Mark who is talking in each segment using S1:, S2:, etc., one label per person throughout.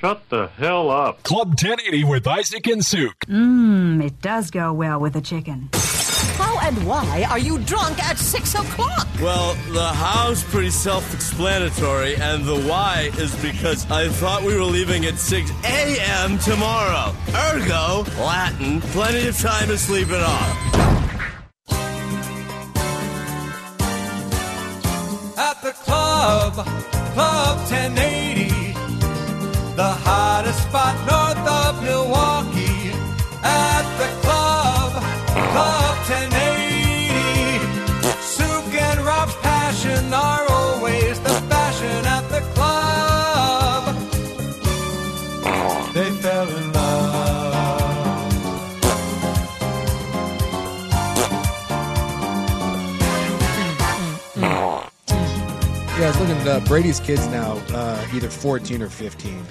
S1: Shut the hell up.
S2: Club 1080 with Isaac and Suk.
S3: Mmm, it does go well with a chicken.
S4: How and why are you drunk at six o'clock?
S5: Well, the how's pretty self-explanatory, and the why is because I thought we were leaving at 6 a.m. tomorrow. Ergo, Latin, plenty of time to sleep it off.
S6: at the club, Club 1080, the hottest spot north of Milwaukee. At the club, Club 1080, Souk and Rob's passion are always the fashion at the club. They fell in love.
S7: Yeah, I was looking at uh, Brady's kids now, uh, either 14 or 15.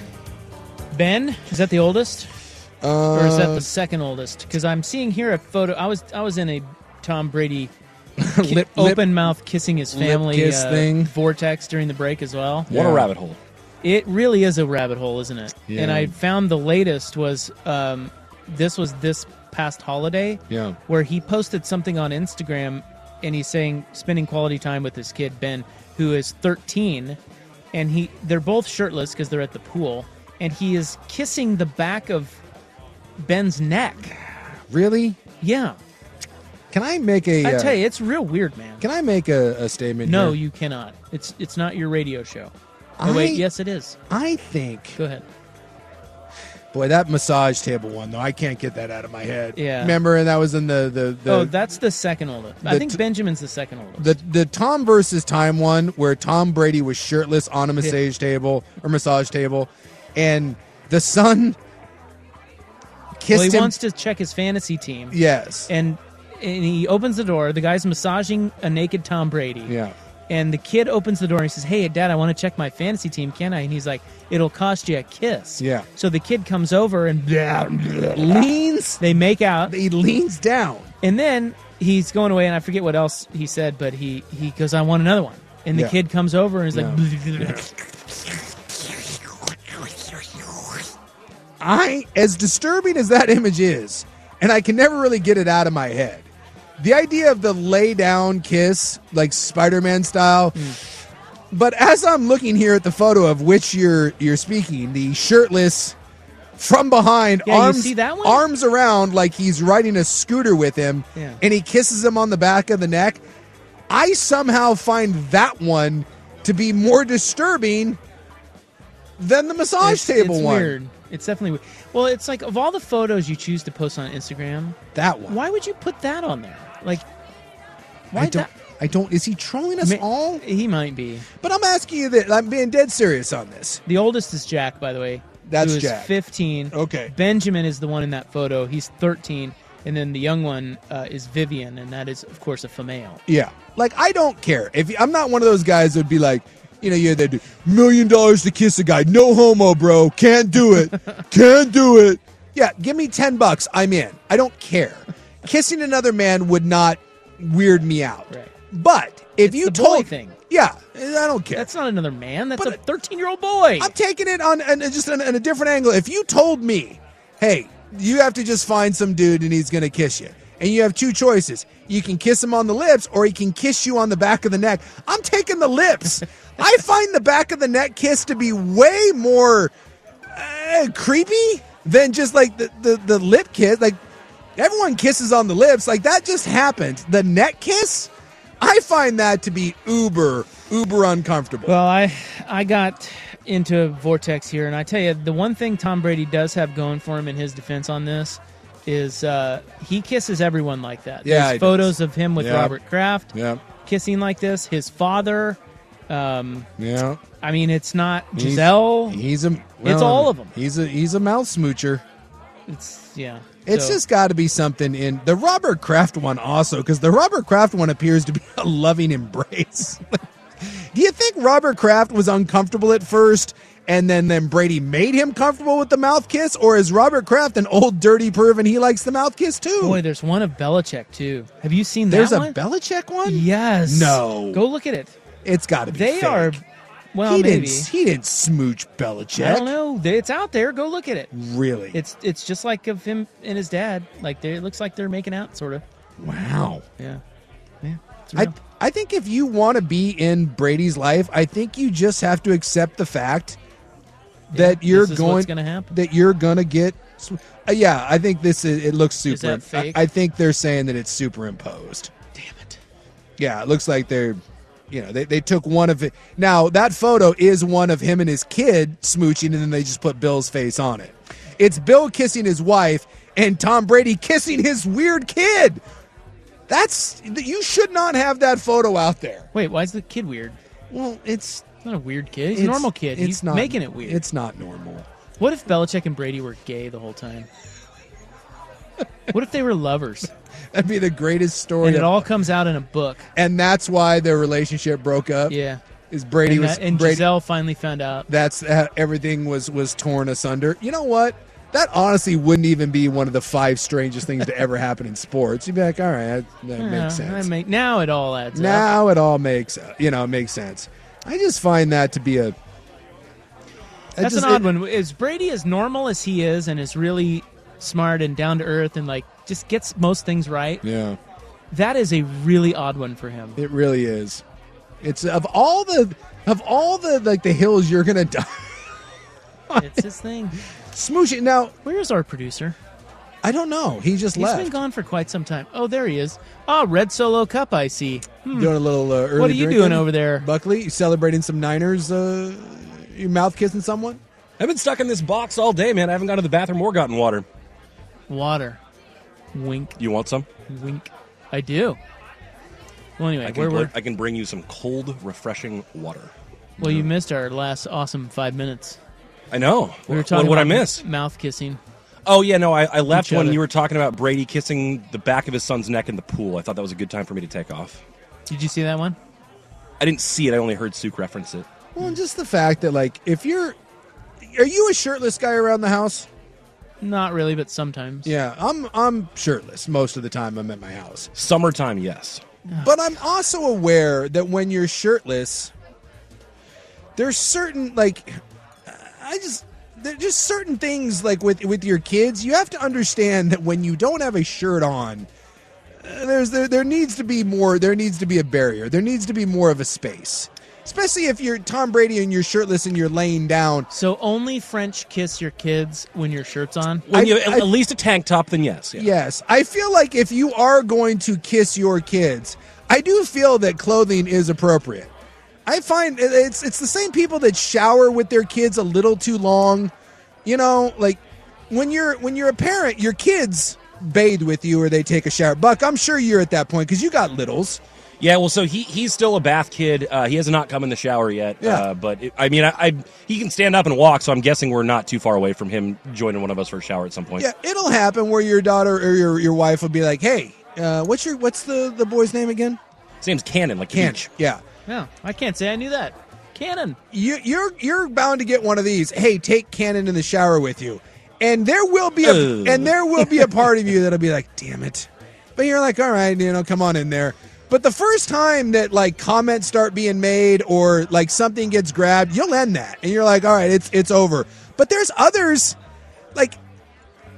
S8: Ben, is that the oldest,
S7: Uh,
S8: or is that the second oldest? Because I'm seeing here a photo. I was I was in a Tom Brady ki-
S7: Lip- lip-
S8: open mouth kissing his family uh,
S7: kiss thing.
S8: vortex during the break as well.
S7: What a rabbit hole.
S8: It really is a rabbit hole, isn't it?
S7: Yeah.
S8: And I found the latest was um, this was this past holiday
S7: Yeah.
S8: where he posted something on Instagram and he's saying spending quality time with his kid Ben who is 13 and he they're both shirtless cuz they're at the pool and he is kissing the back of Ben's neck.
S7: Really?
S8: Yeah.
S7: Can I make a?
S8: I
S7: uh,
S8: tell you it's real weird, man.
S7: Can I make a, a statement?
S8: no,
S7: here?
S8: you cannot. It's it's not your radio show.
S7: I-
S8: Oh, wait, yes it is.
S7: I think.
S8: Go ahead.
S7: Boy, that massage table one though, I can't get that out of my head.
S8: Yeah.
S7: Remember, and that was in the the the
S8: oh, that's the second oldest. I
S7: the
S8: think
S7: t-
S8: Benjamin's the second oldest.
S7: the the Tom versus Time one where Tom Brady was shirtless on a massage table or massage table, and the son kissed
S8: well, he
S7: him.
S8: wants to check his fantasy team.
S7: yes.
S8: And and he opens the door. The guy's massaging a naked Tom Brady.
S7: yeah.
S8: And the kid opens the door and he says, "Hey, Dad, I want to check my fantasy team, can I?" And he's like, "It'll cost you a kiss."
S7: Yeah.
S8: So the kid comes over and leans. They make out,
S7: He leans down.
S8: and then he's going away. And I forget what else he said, but he he goes, "I want another one." And the
S7: Yeah.
S8: kid comes over and is like,
S7: I as disturbing as that image is, and I can never really get it out of my head. The idea of the lay down kiss, like Spider Man style.
S8: Hmm.
S7: But as I'm looking here at the photo of which you're you're speaking, the shirtless from behind
S8: Yeah, you
S7: arms
S8: see that one?
S7: arms around like he's riding a scooter with him
S8: Yeah.
S7: and he kisses him on the back of the neck. I somehow find that one to be more disturbing than the massage
S8: it's,
S7: table
S8: it's
S7: one.
S8: Weird. It's definitely weird. Well, it's like of all the photos you choose to post on Instagram,
S7: That one.
S8: why would you put that on there? Like, why
S7: I don't.
S8: that?
S7: I don't. Is he trolling us
S8: Ma-
S7: all?
S8: He might be.
S7: But I'm asking you that. I'm being dead serious on this.
S8: The oldest is Jack, by the way.
S7: That's
S8: who is
S7: Jack.
S8: 15.
S7: Okay.
S8: Benjamin is the one in that photo. He's 13. And then the young one uh, is Vivian, and that is, of course, a female.
S7: Yeah. Like I don't care if I'm not one of those guys that would be like, you know, yeah, they do million dollars to kiss a guy, no homo, bro, can't do it, can't do it. Yeah, give me ten bucks, I'm in. I don't care. Kissing another man would not weird me out.
S8: Right.
S7: But if
S8: It's
S7: you
S8: the boy
S7: told
S8: thing.
S7: yeah, I don't care.
S8: That's not another man. That's
S7: But-
S8: a 13 year old boy.
S7: I'm taking it on and just on, on a different angle. If you told me, hey, you have to just find some dude and he's going to kiss you, and you have two choices: you can kiss him on the lips or he can kiss you on the back of the neck. I'm taking the lips. I find the back of the neck kiss to be way more uh, creepy than just like the, the the lip kiss. Like everyone kisses on the lips, like that just happened. The neck kiss. find that to be uber, uber uncomfortable.
S8: Well, I I got into a vortex here, and I tell you, the one thing Tom Brady does have going for him in his defense on this is uh, he kisses everyone like that.
S7: Yeah, he
S8: There's photos
S7: does.
S8: of him with
S7: Yeah.
S8: Robert Kraft
S7: yeah,
S8: kissing like this. His father. Um,
S7: yeah.
S8: I mean, it's not
S7: He's-
S8: Giselle.
S7: He's a. well,
S8: all of 'em.
S7: He's a he's a mouth smoocher.
S8: it's yeah.
S7: It's
S8: So-
S7: just got to be something in the Robert Kraft one also, because the Robert Kraft one appears to be a loving embrace. Do you think Robert Kraft was uncomfortable at first, and then then Brady made him comfortable with the mouth kiss, or is Robert Kraft an old dirty perv and he likes the mouth kiss too?
S8: boy. There's one of Belichick too. Have you seen
S7: There's
S8: that
S7: a
S8: one?
S7: Belichick one.
S8: Yes.
S7: No.
S8: Go look at it.
S7: It's got to be.
S8: They
S7: fake.
S8: are. Well,
S7: he
S8: maybe.
S7: didn't. He didn't smooch
S8: I don't
S7: Belichick.
S8: know. It's out there. Go look at it.
S7: Really?
S8: It's it's just like of him and his dad. Like they, it looks like they're making out, sort of.
S7: wow.
S8: Yeah, yeah. It's
S7: I,
S8: real.
S7: I think if you want to be in Brady's life, I think you just have to accept the fact that
S8: Yeah,
S7: you're
S8: this is
S7: going
S8: what's gonna happen.
S7: that you're gonna get. sw- Uh, yeah, I think this is. It looks super.
S8: Is that fake?
S7: I, I think they're saying that it's superimposed.
S8: Damn it.
S7: Yeah, it looks like they're. You know, they, they took one of it. Now that photo is one of him and his kid smooching, and then they just put Bill's face on it. It's Bill kissing his wife and Tom Brady kissing his weird kid. That's you should not have that photo out there.
S8: Wait, why is the kid weird?
S7: Well, it's
S8: It's not a weird kid. He's
S7: it's-
S8: a normal kid. He's making it weird.
S7: It's not normal.
S8: what if Belichick and Brady were gay the whole time? what if they were lovers
S7: That'd be the greatest story.
S8: and it
S7: of-
S8: all comes out in a book?
S7: and that's why their relationship broke up.
S8: Yeah.
S7: Is Brady
S8: and,
S7: was
S8: that- and
S7: Brady?
S8: Giselle finally found out.
S7: That's uh, everything was was torn asunder. You know what? That honestly wouldn't even be one of the five strangest things to ever happen in sports. You'd be like, all right, that, that
S8: Yeah,
S7: makes sense.
S8: I mean, now it all adds up.
S7: now it all makes uh, you know it makes sense. I just find that to be a.
S8: That's an odd one. Is Brady as normal as he is and is really smart and down to earth and like just gets most things right?
S7: Yeah.
S8: That is a really odd one for him.
S7: It really is. It's of all the of all the like the hills you're gonna die.
S8: It's his thing.
S7: Smooching now,
S8: Where's our producer?
S7: I don't know. He just
S8: He's
S7: left.
S8: been gone for quite some time. Oh, there he is. Ah, Red Solo Cup, I see. Hmm.
S7: Doing a little uh, early.
S8: What are you
S7: drinking.
S8: doing over there?
S7: Buckley? You celebrating some Niners? Uh, you mouth kissing someone?
S9: I've been stuck in this box all day, man. I haven't gone to the bathroom or gotten water.
S8: Water. Wink,
S9: You want some?
S8: wink. I do. Well, anyway,
S9: I can,
S8: where
S9: bl-
S8: were?
S9: I can bring you some cold, refreshing water.
S8: Well, you missed our last awesome five minutes.
S9: I know.
S8: We were
S9: What-
S8: talking.
S9: what would I
S8: about
S9: miss?
S8: Mouth kissing.
S9: Oh yeah, no, I, I left
S8: Each
S9: when
S8: other.
S9: you were talking about Brady kissing the back of his son's neck in the pool. I thought that was a good time for me to take off.
S8: Did you see that one?
S9: I didn't see it. I only heard Suk reference it.
S7: Well, and just the fact that like if you're, are you a shirtless guy around the house?
S8: Not really, but sometimes.
S7: Yeah, I'm. I'm shirtless most of the time. I'm at my house,
S9: Summertime, yes.
S7: but I'm also aware that when you're shirtless, there's certain like, I just. There's just certain things like with with your kids, you have to understand that when you don't have a shirt on, uh, there's there, there needs to be more there needs to be a barrier there needs to be more of a space especially if you're tom brady and you're shirtless and you're laying down
S8: So only French kiss your kids when your shirt's on.
S9: When
S7: I-
S9: you at,
S7: I-
S9: at least a tank top, then yes. Yeah.
S7: yes i feel like if you are going to kiss your kids i do feel that clothing is appropriate i find it- it's it's the same people that shower with their kids a little too long you know like when you're when you're a parent your kids bathe with you or they take a shower buck i'm sure you're at that point because you got littles
S9: Yeah, Well, so he he's still a bath kid. Uh, he has not come in the shower yet.
S7: Yeah.
S9: Uh, but it, I mean, I, I he can stand up and walk, so I'm guessing we're not too far away from him joining one of us for a shower at some point.
S7: Yeah, it'll happen where your daughter or your, your wife will be like, "Hey, uh, what's your what's the the boy's name again?"
S9: His name's Cannon, like the
S7: Cannon.
S9: beach.
S7: Yeah,
S8: No, I can't say I knew that. Cannon.
S7: you, you're you're bound to get one of these. Hey, take Cannon in the shower with you, and there will be a
S9: Ugh.
S7: and there will be a part of you that'll be like, "Damn it!" But you're like, "All right, you know, come on in there." But the first time that like comments start being made or like something gets grabbed, you'll end that, and you're like, "All right, it's it's over." But there's others, like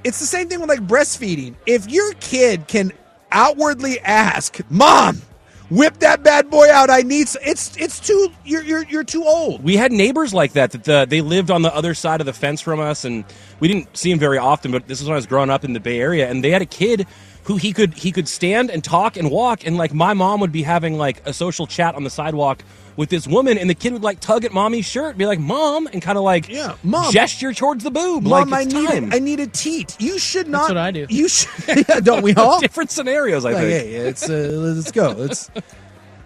S7: it's the same thing with like breastfeeding. If your kid can outwardly ask, "Mom, whip that bad boy out. I need." s It's it's too you're you're you're too old.
S9: We had neighbors like that that the, they lived on the other side of the fence from us, and we didn't see them very often. But this was when I was growing up in the Bay Area, and they had a kid who he could he could stand and talk and walk and like my mom would be having like a social chat on the sidewalk with this woman and the kid would like tug at mommy's shirt be like mom and kind of like yeah
S7: mom.
S9: gesture towards the boob
S7: Mom,
S9: like it's
S7: I need
S9: time.
S7: a, I need a teat. You should not.
S8: what I do.
S7: You should. Yeah, don't we all?
S9: different scenarios I
S7: Like,
S9: think
S7: hey, it's uh, let's go. It's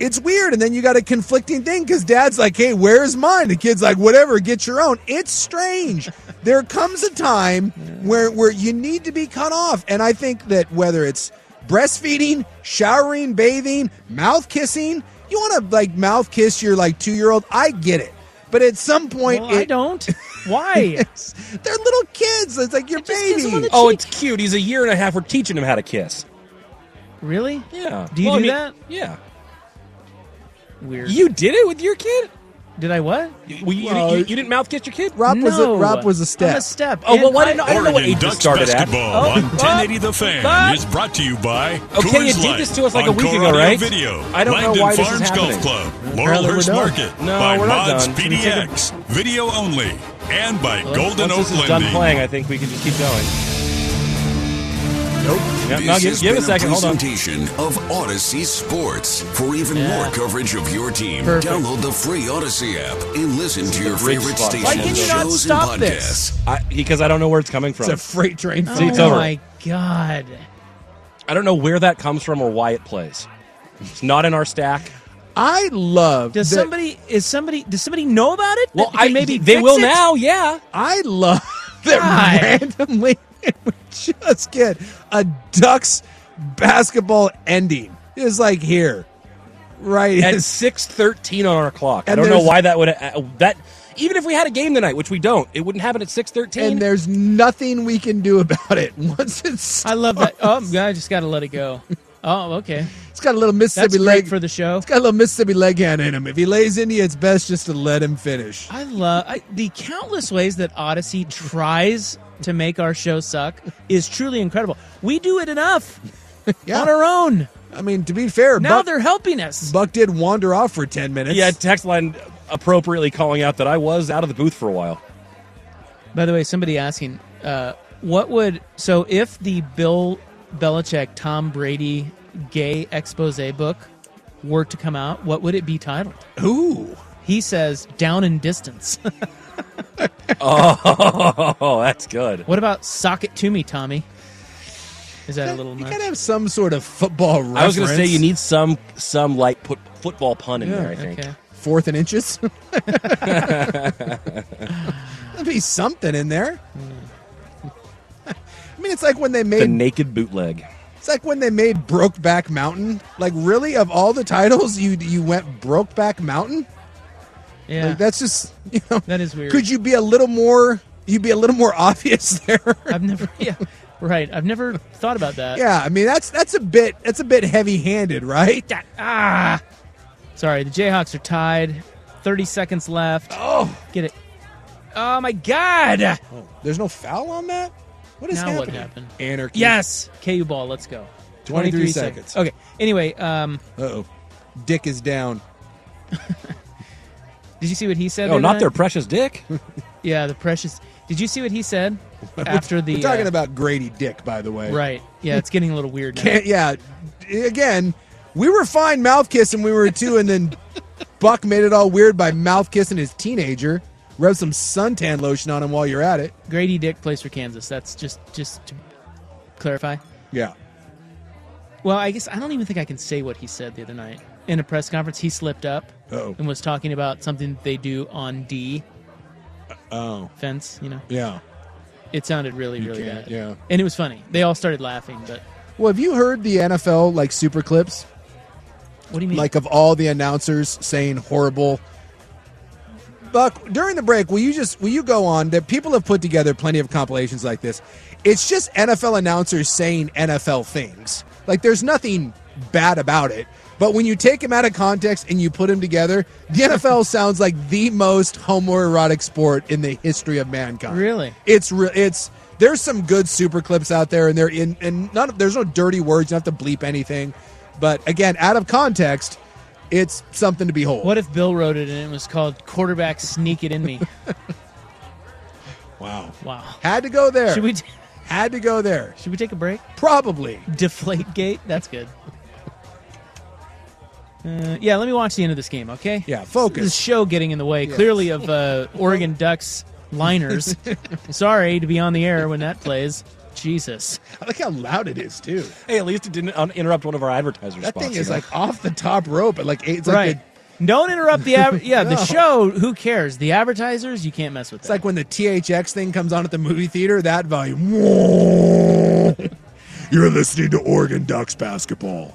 S7: it's weird, and then you got a conflicting thing because dad's like, "Hey, where's mine?" The kid's like, "Whatever, get your own." It's strange. there comes a time where where you need to be cut off, and I think that whether it's breastfeeding, showering, bathing, mouth kissing, you want to like mouth kiss your like two year old. I get it, but at some point,
S8: Well,
S7: it,
S8: I don't. Why?
S7: they're little kids. It's like your
S8: kiss 'em
S7: baby.
S8: on the
S9: oh it's cute he's a year and a half we're teaching him how to kiss
S8: really?
S9: yeah
S8: Do you
S9: Well, I
S8: do
S9: mean,
S8: that?
S9: yeah
S8: Weird.
S9: you did it with your kid
S8: Did I what?
S9: you, you-
S7: Well,
S9: you, you didn't mouth kiss your kid
S7: Rob was a
S8: No.
S7: Rob was a
S8: I'm
S7: step.
S8: a step.
S9: Oh, well,
S8: And
S9: why
S8: I-
S9: didn't I don't know what age this
S2: Ducks
S9: started at.
S2: basketball
S9: Oh,
S2: on
S9: oh,
S2: 1080 The Fan
S9: oh.
S2: is brought to you by
S9: Okay,
S2: Coors
S9: you did
S2: Light
S9: this to us like a
S2: on
S9: week ago,
S2: Corel
S9: right?
S2: Video,
S9: I don't know
S2: Langdon
S9: why this
S2: Farms
S9: is
S2: Golf
S9: happening.
S2: Club,
S7: we're
S2: Laurelhurst
S7: done.
S2: Market,
S9: No,
S2: by
S9: we're not
S2: Mods
S9: done. Can we take a-
S2: PDX, video only, and by
S9: Well,
S2: Golden
S9: once
S2: Oak
S9: this is done
S2: Lending.
S9: playing, I think we can just keep going.
S7: Nope.
S9: Yeah, no, give, give it a second. Hold on.
S10: presentation of Odyssey Sports. For even more coverage of your team,
S8: Perfect.
S10: download the free Odyssey app and listen to your
S9: bridge
S10: favorite
S9: spot.
S10: stations,
S9: Why can
S8: you not
S10: shows,
S8: stop
S10: and
S8: this?
S10: podcasts.
S9: I, because I don't know where it's coming
S7: It's
S9: from.
S7: a freight train.
S8: Oh
S9: See, it's over.
S8: my god.
S9: I don't know where that comes from or why it plays. It's not in our stack.
S7: I love
S8: Does
S7: that-
S8: somebody is somebody does somebody know about it?
S9: Well,
S8: That
S9: I
S8: can maybe
S9: they
S8: fix
S9: will
S8: it?
S9: now. Yeah.
S7: I love that randomly we just get a Ducks basketball ending. It's like here, right?
S9: At
S7: It's-
S9: six thirteen on our clock.
S7: And
S9: I don't know
S7: there's-
S9: why that would uh, that. Even if we had a game tonight, which we don't, it wouldn't happen at six
S7: and
S9: thirteen.
S7: there's nothing we can do about it once it's.
S8: I love that. Oh, I just got to let it go. Oh, okay.
S7: It's got a little
S8: That's
S7: Mississippi
S8: great
S7: leg.
S8: for the show.
S7: it's got a little Mississippi leg hand in him. If he lays into you, it's best just to let him finish.
S8: I love I, the countless ways that Odyssey tries to make our show suck is truly incredible. We do it enough
S7: Yeah.
S8: on our own.
S7: I mean, to be fair,
S8: Now
S7: Buck,
S8: they're helping us.
S7: Buck did wander off for ten minutes.
S9: Yeah, text line appropriately calling out that I was out of the booth for a while.
S8: By the way, somebody asking, uh, what would so if the Bill Belichick Tom Brady gay expose book were to come out, what would it be titled?
S7: Ooh.
S8: He says down in distance.
S9: Oh, that's good.
S8: what about sock it to me, Tommy? Is that a little
S7: You
S8: much?
S7: gotta have some sort of football reference.
S9: I was going to say you need some some light put, football pun in there. I think.
S8: Okay.
S7: fourth and inches. There'd be something in there.
S8: Hmm.
S7: I mean, it's like when they
S9: The
S7: made
S9: naked bootleg.
S7: it's like when they made Brokeback Mountain. Like, really, of all the titles, you you went Brokeback Mountain.
S8: Yeah.
S7: Like, that's just you know
S8: That is weird.
S7: Could you be a little more? You would be a little more obvious there.
S8: I've never yeah. Right. I've never thought about that.
S7: yeah, I mean that's that's a bit that's a bit heavy handed, right?
S8: Ah. Sorry, the Jayhawks are tied. 30 seconds left.
S7: Oh,
S8: Get it. Oh my god.
S7: there's no foul on that. What is
S8: Now what
S7: happening?
S8: happened?
S7: Anarchy.
S8: Yes. KU ball, let's go.
S7: 23 seconds.
S8: Okay. Anyway, um
S7: Uh oh. Dick is down.
S8: did you see what he said?
S9: Oh,
S8: the
S9: not
S8: other
S9: their
S8: night?
S9: precious dick.
S8: Yeah, the precious. Did you see what he said after the
S7: We're talking
S8: uh,
S7: about Grady Dick, by the way.
S8: Right. Yeah, it's getting a little weird now.
S7: Can't, yeah. Again, we were fine mouth kissing. We were two, and then Buck made it all weird by mouth kissing his teenager. Rub some suntan lotion on him while you're at it.
S8: Grady Dick plays for Kansas. That's just just to clarify.
S7: Yeah.
S8: Well, I guess I don't even think I can say what he said the other night in a press conference. He slipped up
S7: Uh-oh.
S8: and was talking about something that they do on D
S7: Oh.
S8: fence. You know,
S7: Yeah.
S8: it sounded really, really
S7: can't,
S8: bad.
S7: yeah.
S8: and it was funny. They all started laughing. But
S7: Well, have you heard the NFL like super clips?
S8: what do you mean?
S7: Like of all the announcers saying horrible. Buck, during the break, will you just will you go on that people have put together plenty of compilations like this. It's just NFL announcers saying NFL things. Like there's nothing bad about it. But when you take them out of context and you put them together, the NFL sounds like the most homoerotic sport in the history of mankind.
S8: Really?
S7: It's re- it's there's some good super clips out there and they're in and none of- there's no dirty words, you don't have to bleep anything. But again, out of context, it's something to behold.
S8: what if Bill wrote it and it was called "Quarterback Sneak It In Me"?
S7: Wow.
S8: Wow.
S7: Had to go there.
S8: Should we? do-
S7: Had to go there.
S8: Should we take a break?
S7: Probably.
S8: Deflate gate? That's good. Uh, yeah, let me watch the end of this game, okay?
S7: Yeah, focus.
S8: This show getting in the way,
S7: Yeah.
S8: clearly, of uh, Oregon Ducks liners. Sorry to be on the air when that plays. Jesus.
S7: I like how loud it is, too.
S9: Hey, at least it didn't un- interrupt one of our advertisers.
S7: That thing is like off the top rope at like eight. It's
S8: right.
S7: like the-
S8: Don't interrupt the adver- yeah
S7: No.
S8: the show. Who cares? The advertisers, you can't mess with
S7: it's
S8: that.
S7: like when the THX thing comes on at the movie theater. That volume. You're listening to Oregon Ducks basketball.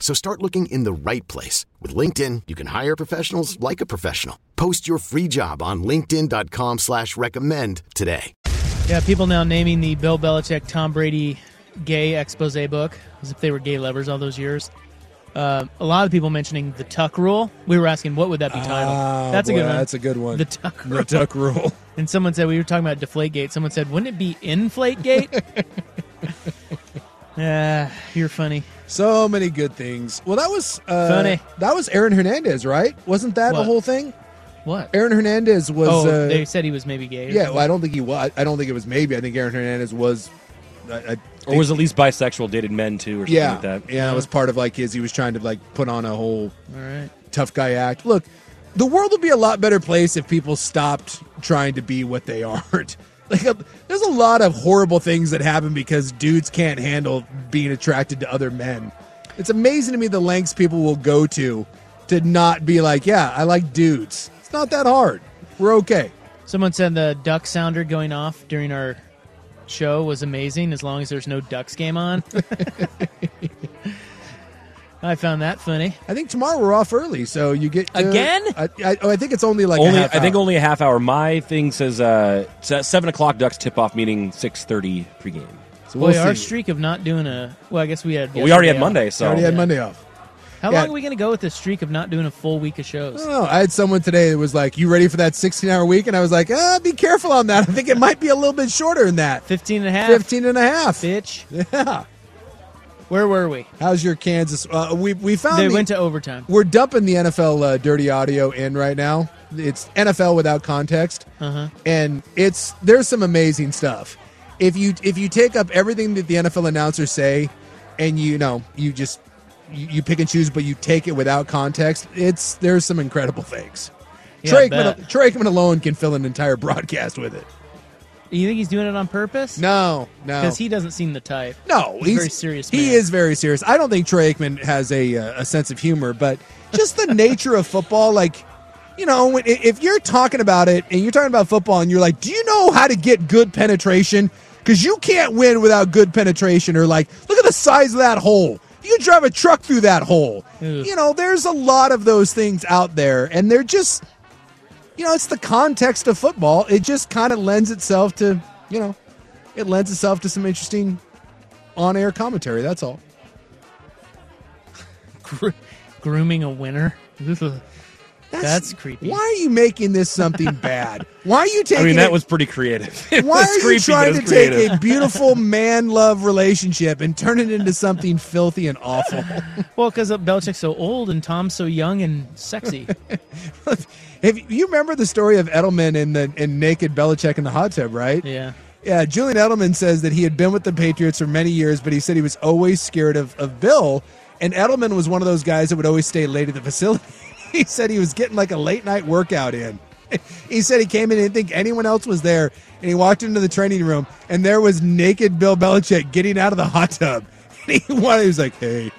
S11: So start looking in the right place. With LinkedIn, you can hire professionals like a professional. Post your free job on linkedin.com/recommend slash recommend today.
S8: Yeah, people now naming the Bill Belichick Tom Brady gay expose book as if they were gay lovers all those years. Uh, a lot of people mentioning the Tuck Rule. We were asking what would that be titled.
S7: Ah,
S8: that's a
S7: boy,
S8: good one.
S7: that's a good one.
S8: The Tuck Rule.
S7: The Tuck Rule.
S8: And someone said we were talking about Deflategate. Someone said, wouldn't it be Inflategate? Yeah, you're funny.
S7: So many good things. Well, that was uh,
S8: Funny.
S7: That was Aaron Hernandez, right? Wasn't that the
S8: What?
S7: whole thing?
S8: What?
S7: Aaron Hernandez was.
S8: oh,
S7: uh,
S8: they said he was maybe gay. or
S7: yeah,
S8: something.
S7: well, I don't think he was. I don't think it was maybe. I think Aaron Hernandez was. I, I
S9: or
S7: think-
S9: was at least bisexual, dated men too, or something
S7: yeah,
S9: like that.
S7: yeah, that was part of like his. He was trying to like put on a whole
S8: All right.
S7: tough guy act. Look, the world would be a lot better place if people stopped trying to be what they aren't. Like, uh, there's a lot of horrible things that happen because dudes can't handle being attracted to other men. It's amazing to me the lengths people will go to to not be like, yeah, I like dudes. It's not that hard. We're okay.
S8: Someone said the duck sounder going off during our show was amazing as long as there's no Ducks game on. I found that funny.
S7: I think tomorrow we're off early, so you get to-
S8: Again?
S7: I, I, oh, I think it's only like
S9: only,
S7: a half
S9: I think
S7: hour.
S9: only a half hour. My thing says uh, it's at seven o'clock. Ducks tip off meaning six thirty pregame. So
S8: Boy, our streak of not doing a. Well, I guess we had.
S9: Well, we already had
S8: yesterday
S9: Monday,
S8: off.
S9: so- Already
S7: had Monday off.
S8: How
S7: Yeah. Oh.
S8: long are we going to go with this streak of not doing a full week of shows?
S7: I don't know. I had someone today that was like, "You ready for that 16-hour week?" And I was like, "Ah, be careful on that. I think it might be a little bit shorter than that."
S8: 15 and a half.
S7: 15 and a half.
S8: Bitch.
S7: Yeah.
S8: Where were we?
S7: How's your Kansas? Uh, we we found
S8: They
S7: the-
S8: went to overtime.
S7: We're dumping the NFL uh, dirty audio in right now. It's NFL without context,
S8: Uh huh.
S7: and it's there's some amazing stuff. If you if you take up everything that the NFL announcers say, and you know you just you, you pick and choose, but you take it without context, it's there's some incredible things.
S8: Yeah, I
S7: Trey
S8: bet.
S7: Aikman, Trey Aikman alone can fill an entire broadcast with it.
S8: You think he's doing it on purpose?
S7: No, no.
S8: Because he doesn't seem the type.
S7: No,
S8: he's, a very serious.
S7: He
S8: man.
S7: is very serious. I don't think Troy Aikman has a uh, a sense of humor, but just the nature of football, like you know, when, i- if you're talking about it and you're talking about football and you're like, do you know how to get good penetration? Because you can't win without good penetration, or like, look at the size of that hole. You could drive a truck through that hole.
S8: Ugh.
S7: You know, there's a lot of those things out there, and they're just, you know, it's the context of football. It just kind of lends itself to, you know, it lends itself to some interesting on air commentary. That's all.
S8: Gro- grooming a winner. That's, creepy.
S7: Why are you making this something bad? Why are you taking?
S9: I mean, that
S7: it-
S9: was pretty creative. It
S7: Why
S9: was
S7: are you
S9: creepy, but it
S7: trying
S9: was
S7: to take
S9: creative.
S7: a beautiful man love relationship and turn it into something filthy and awful?
S8: Well, because Belichick's so old and Tom's so young and sexy.
S7: If you remember the story of Edelman and the and naked Belichick in the hot tub, right?
S8: yeah.
S7: Yeah, Julian Edelman says that he had been with the Patriots for many years, but he said he was always scared of, of Bill. And Edelman was one of those guys that would always stay late at the facility. he said he was getting like a late night workout in. he said he came in and didn't think anyone else was there. And he walked into the training room, and there was naked Bill Belichick getting out of the hot tub. And he, wanted, he was like, hey.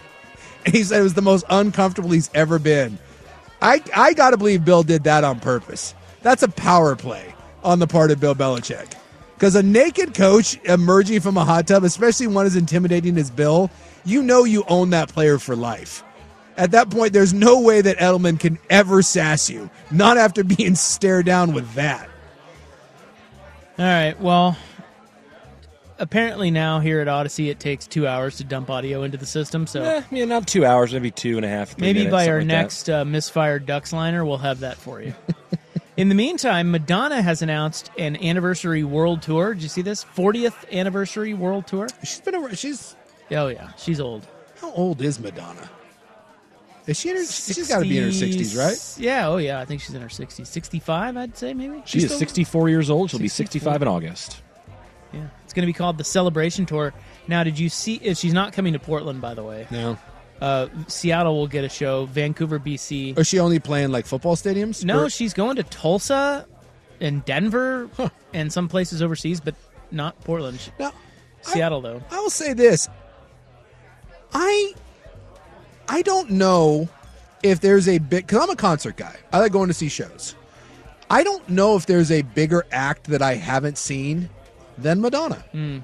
S7: And he said it was the most uncomfortable he's ever been. I, I got to believe Bill did that on purpose. That's a power play on the part of Bill Belichick. Because a naked coach emerging from a hot tub, especially one as intimidating as Bill, you know you own that player for life. At that point, there's no way that Edelman can ever sass you, not after being stared down with that.
S8: All right. Well, apparently now here at Odyssey, it takes two hours to dump audio into the system. So
S9: Eh, yeah, not two hours, maybe two and a half. three
S8: maybe
S9: minutes,
S8: by
S9: something
S8: our
S9: like that.
S8: next uh, misfired ducks liner, we'll have that for you. In the meantime, Madonna has announced an anniversary world tour. Did you see this? 40th anniversary world tour.
S7: She's been a she's
S8: oh yeah, she's old.
S7: How old is Madonna? Is she in her, she's got to be in her 60s, right?
S8: Yeah, oh yeah, I think she's in her 60s. 65, I'd say maybe.
S9: She is 64 years old. She'll be 65 in August.
S8: Yeah, it's going to be called the Celebration Tour. Now, did you see? uh, She's not coming to Portland, by the way.
S7: No.
S8: Uh, Seattle will get a show. Vancouver, BC.
S7: Or is she only playing like football stadiums?
S8: no,
S7: Or-
S8: she's going to Tulsa, and Denver, and some places overseas, but not Portland. She- Seattle though.
S7: I will say this. I I don't know if there's a big cuz I'm a concert guy. I like going to see shows. I don't know if there's a bigger act that I haven't seen than Madonna.
S8: Mm.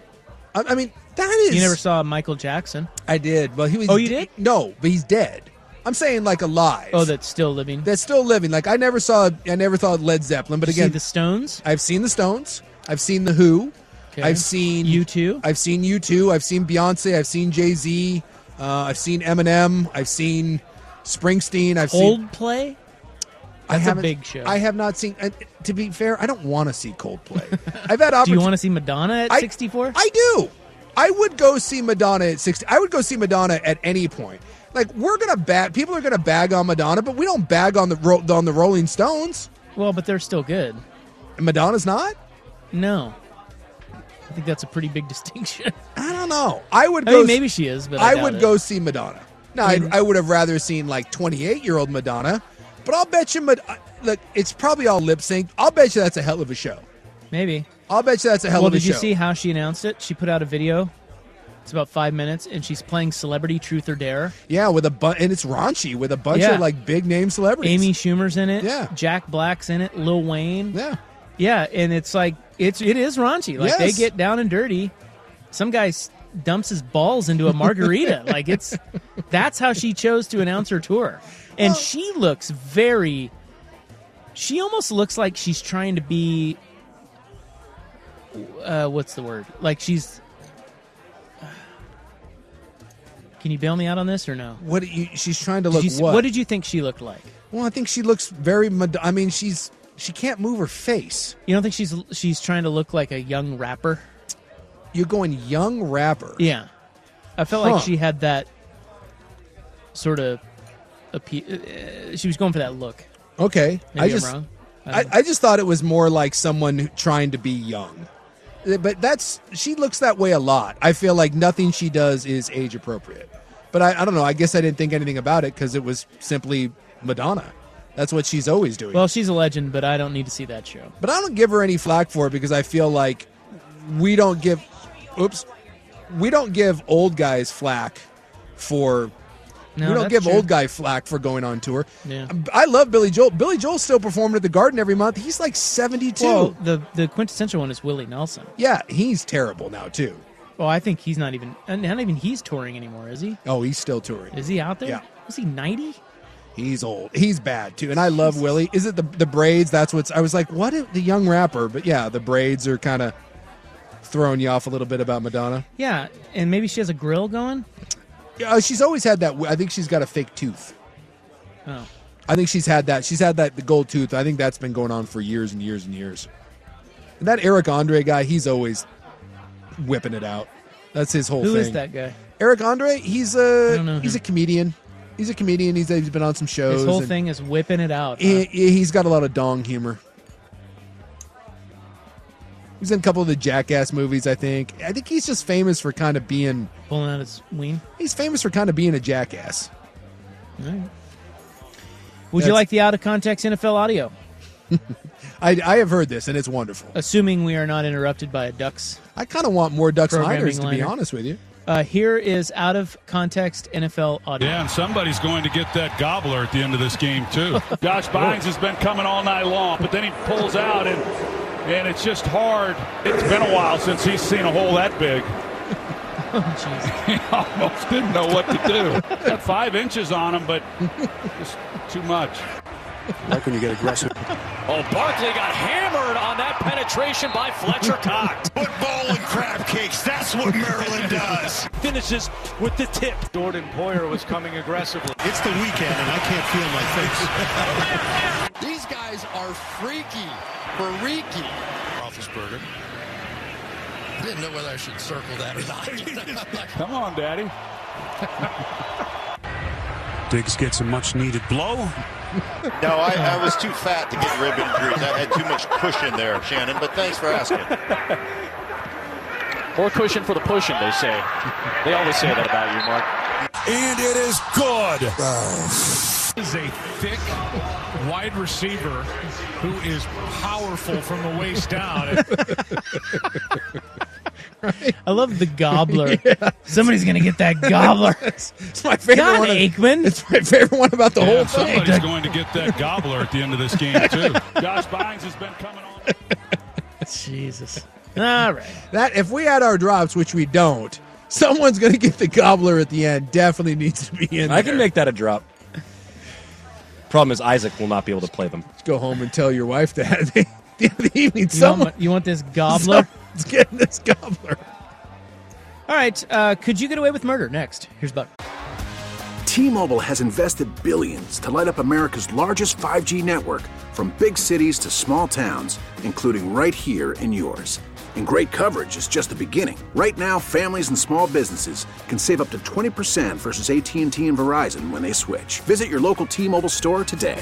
S7: I, I mean, that is
S8: You never saw Michael Jackson?
S7: I did, but he was
S8: Oh, you
S7: did? No, but he's dead. I'm saying like alive.
S8: Oh, that's still living.
S7: That's still living. Like I never saw I never saw Led Zeppelin, but
S8: Did you
S7: again,
S8: see the Stones?
S7: I've seen the Stones. I've seen the Who.
S8: Okay.
S7: I've seen
S8: you two.
S7: I've seen you two. I've seen Beyonce. I've seen Jay Z. Uh, I've seen Eminem. I've seen Springsteen. I've seen.
S8: Coldplay.
S7: I
S8: That's a
S7: haven't-
S8: big show.
S7: I have not seen. And to be fair, I don't want to see Coldplay. I've had. Oppor-
S8: Do you want to see Madonna at 64?
S7: I do. I would go see Madonna at 60. I would go see Madonna at any point. Like we're gonna bag. People are gonna bag on Madonna, but we don't bag on the ro- on the Rolling Stones.
S8: Well, but they're still good.
S7: Madonna's not.
S8: No. I think that's a pretty big distinction.
S7: I don't know. I would.
S8: I
S7: go
S8: mean,
S7: s-
S8: maybe she is, but I
S7: I,
S8: doubt
S7: would
S8: it.
S7: go see Madonna. Now, I,
S8: I mean-
S7: I would have rather seen like 28 year old Madonna, but I'll bet you, Mad- uh, look, it's probably all lip sync. I'll bet you that's a hell of a show.
S8: Maybe.
S7: I'll bet you that's a hell
S8: well,
S7: of a
S8: did you
S7: show.
S8: see how she announced it? She put out a video. It's about five minutes, and she's playing Celebrity Truth or Dare.
S7: yeah, with a bunch, and it's raunchy with a bunch
S8: Yeah.
S7: of like big name celebrities.
S8: Amy Schumer's in it.
S7: Yeah.
S8: Jack Black's in it. Lil Wayne.
S7: Yeah.
S8: Yeah, and it's like it's it is raunchy. Like they
S7: Yes.
S8: get down and dirty. Some guy s- dumps his balls into a margarita. like it's that's how she chose to announce her tour, and she looks very. She almost looks like she's trying to be. Uh, what's the word? Like she's. Can you bail me out on this or no?
S7: What do you, she's trying to
S8: Did
S7: look?
S8: you see-
S7: what?
S8: what did you think she looked like?
S7: well, I think she looks very. Mad- I mean, she's she can't move her face.
S8: You don't think she's she's trying to look like a young rapper?
S7: You're going young rapper.
S8: Yeah, I felt
S7: Huh.
S8: like she had that sort of. appe- uh, She was going for that look.
S7: Okay,
S8: Maybe
S7: I
S8: I'm
S7: just
S8: wrong. I
S7: I,
S8: don't
S7: I just thought it was more like someone who- trying to be young. Uh, But that's she looks that way a lot. I feel like nothing she does is age appropriate. But I, I don't know. I guess I didn't think anything about it because it was simply Madonna. That's what she's always doing.
S8: Well, she's a legend, but I don't need to see that show.
S7: but I don't give her any flack for it because I feel like we don't give, oops, we don't give old guys flack for.
S8: No,
S7: we don't
S8: that's
S7: give
S8: true.
S7: old guy flack for going on tour.
S8: Yeah.
S7: I love Billy Joel. Billy Joel's still performing at the Garden every month. He's like seventy two.
S8: Well, the the quintessential one is Willie Nelson.
S7: Yeah, he's terrible now too.
S8: Well, I think he's not even and not even he's touring anymore, is he?
S7: Oh, he's still touring.
S8: Is he out there?
S7: Yeah.
S8: Is he ninety?
S7: He's old. He's bad too. And I love Willie. Is it the the braids? That's what's. I was like, what is the young rapper? But yeah, the braids are kind of throwing you off a little bit about Madonna.
S8: Yeah, and maybe she has a grill going.
S7: Yeah, she's always had that. I think she's got a fake tooth.
S8: Oh,
S7: I think she's had that. She's had that the gold tooth. I think that's been going on for years and years and years. And that Eric Andre guy, he's always whipping it out. That's his whole
S8: who
S7: thing.
S8: is that guy?
S7: Eric Andre, he's a
S8: know
S7: he's a comedian. He's a comedian. He's, he's been on some shows.
S8: His whole
S7: and
S8: thing is uh, whipping it out. huh?
S7: he, he's got a lot of dong humor. He's in a couple of the Jackass movies, I think. I think he's just famous for kind of being
S8: pulling out his wing.
S7: He's famous for kind of being a jackass.
S8: All right. Would you like the out of context NFL audio?
S7: I, I have heard this, and it's wonderful.
S8: Assuming we are not interrupted by a Ducks.
S7: I kind of want more Ducks
S8: Programming
S7: Niners, to be
S8: liner.
S7: honest with you.
S8: Uh, here is out of context NFL audio.
S12: Yeah, and somebody's going to get that gobbler at the end of this game too.
S2: Josh Bynes has been coming all night long, but then he pulls out, and and it's just hard. It's been a while since he's seen a hole that big.
S8: Oh,
S2: he almost didn't know what to do. Got five inches on him, but just too much.
S13: Like when you get aggressive.
S14: Oh, Barkley got hammered on that penetration by Fletcher Cox. Football and crab cakes, that's what Maryland does. Finishes with the tip. Jordan Poyer was coming aggressively. It's the weekend, and I can't feel my face.
S15: These guys are freaky, freaky. Roethlisberger. I didn't know whether I should circle that or not.
S2: Come on, Daddy.
S13: Diggs gets a much needed blow.
S16: No, I, I was too fat to get rib injuries. I had too much cushion there, Shannon, but thanks for asking.
S14: More cushion for the pushing, they say. They always say that about you, Mark.
S2: And it is good. Is a thick wide receiver who is powerful from the waist down.
S8: I love the gobbler. Somebody's gonna get that gobbler.
S7: it's, my favorite
S8: God,
S7: one of-
S8: Aikman.
S7: It's my favorite one about the
S12: Yeah,
S7: whole thing.
S12: somebody's going to get that gobbler at the end of this game too.
S2: Josh Bynes has been coming on.
S8: Jesus. All right.
S7: That if we had our drops, which we don't, someone's going to get the gobbler at the end. Definitely needs to be in.
S9: I
S7: there.
S9: can make that a drop. Problem is, Isaac will not be able to play them.
S7: Let's go home and tell your wife that the other evening.
S8: You want,
S7: someone
S8: my- you want this gobbler?
S7: It's getting this gobbler.
S8: All right. Uh, could you get away with murder next? Here's Buck.
S10: T-Mobile has invested billions to light up America's largest 5G network from big cities to small towns, including right here in yours. And great coverage is just the beginning. Right now, families and small businesses can save up to 20% versus AT&T and Verizon when they switch. Visit your local T-Mobile store today.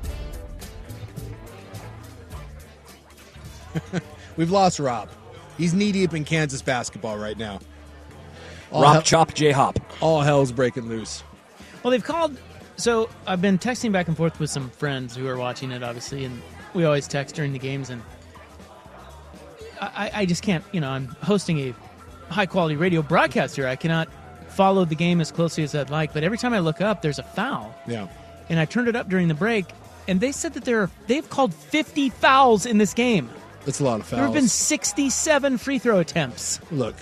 S7: We've lost Rob. He's knee deep in Kansas basketball right now.
S9: Rob chop J hop.
S7: All hell's breaking loose.
S8: Well, they've called. So I've been texting back and forth with some friends who are watching it, obviously, and we always text during the games. And I, I- I just can't, you know, I'm hosting a high quality radio broadcast here. I cannot follow the game as closely as I'd like. But every time I look up, there's a foul.
S7: Yeah.
S8: And I turned it up during the break, and they said that there are, they've called 50 fouls in this game.
S7: That's a lot of
S8: There have been
S7: fouls.
S8: 67 free throw attempts.
S7: Look,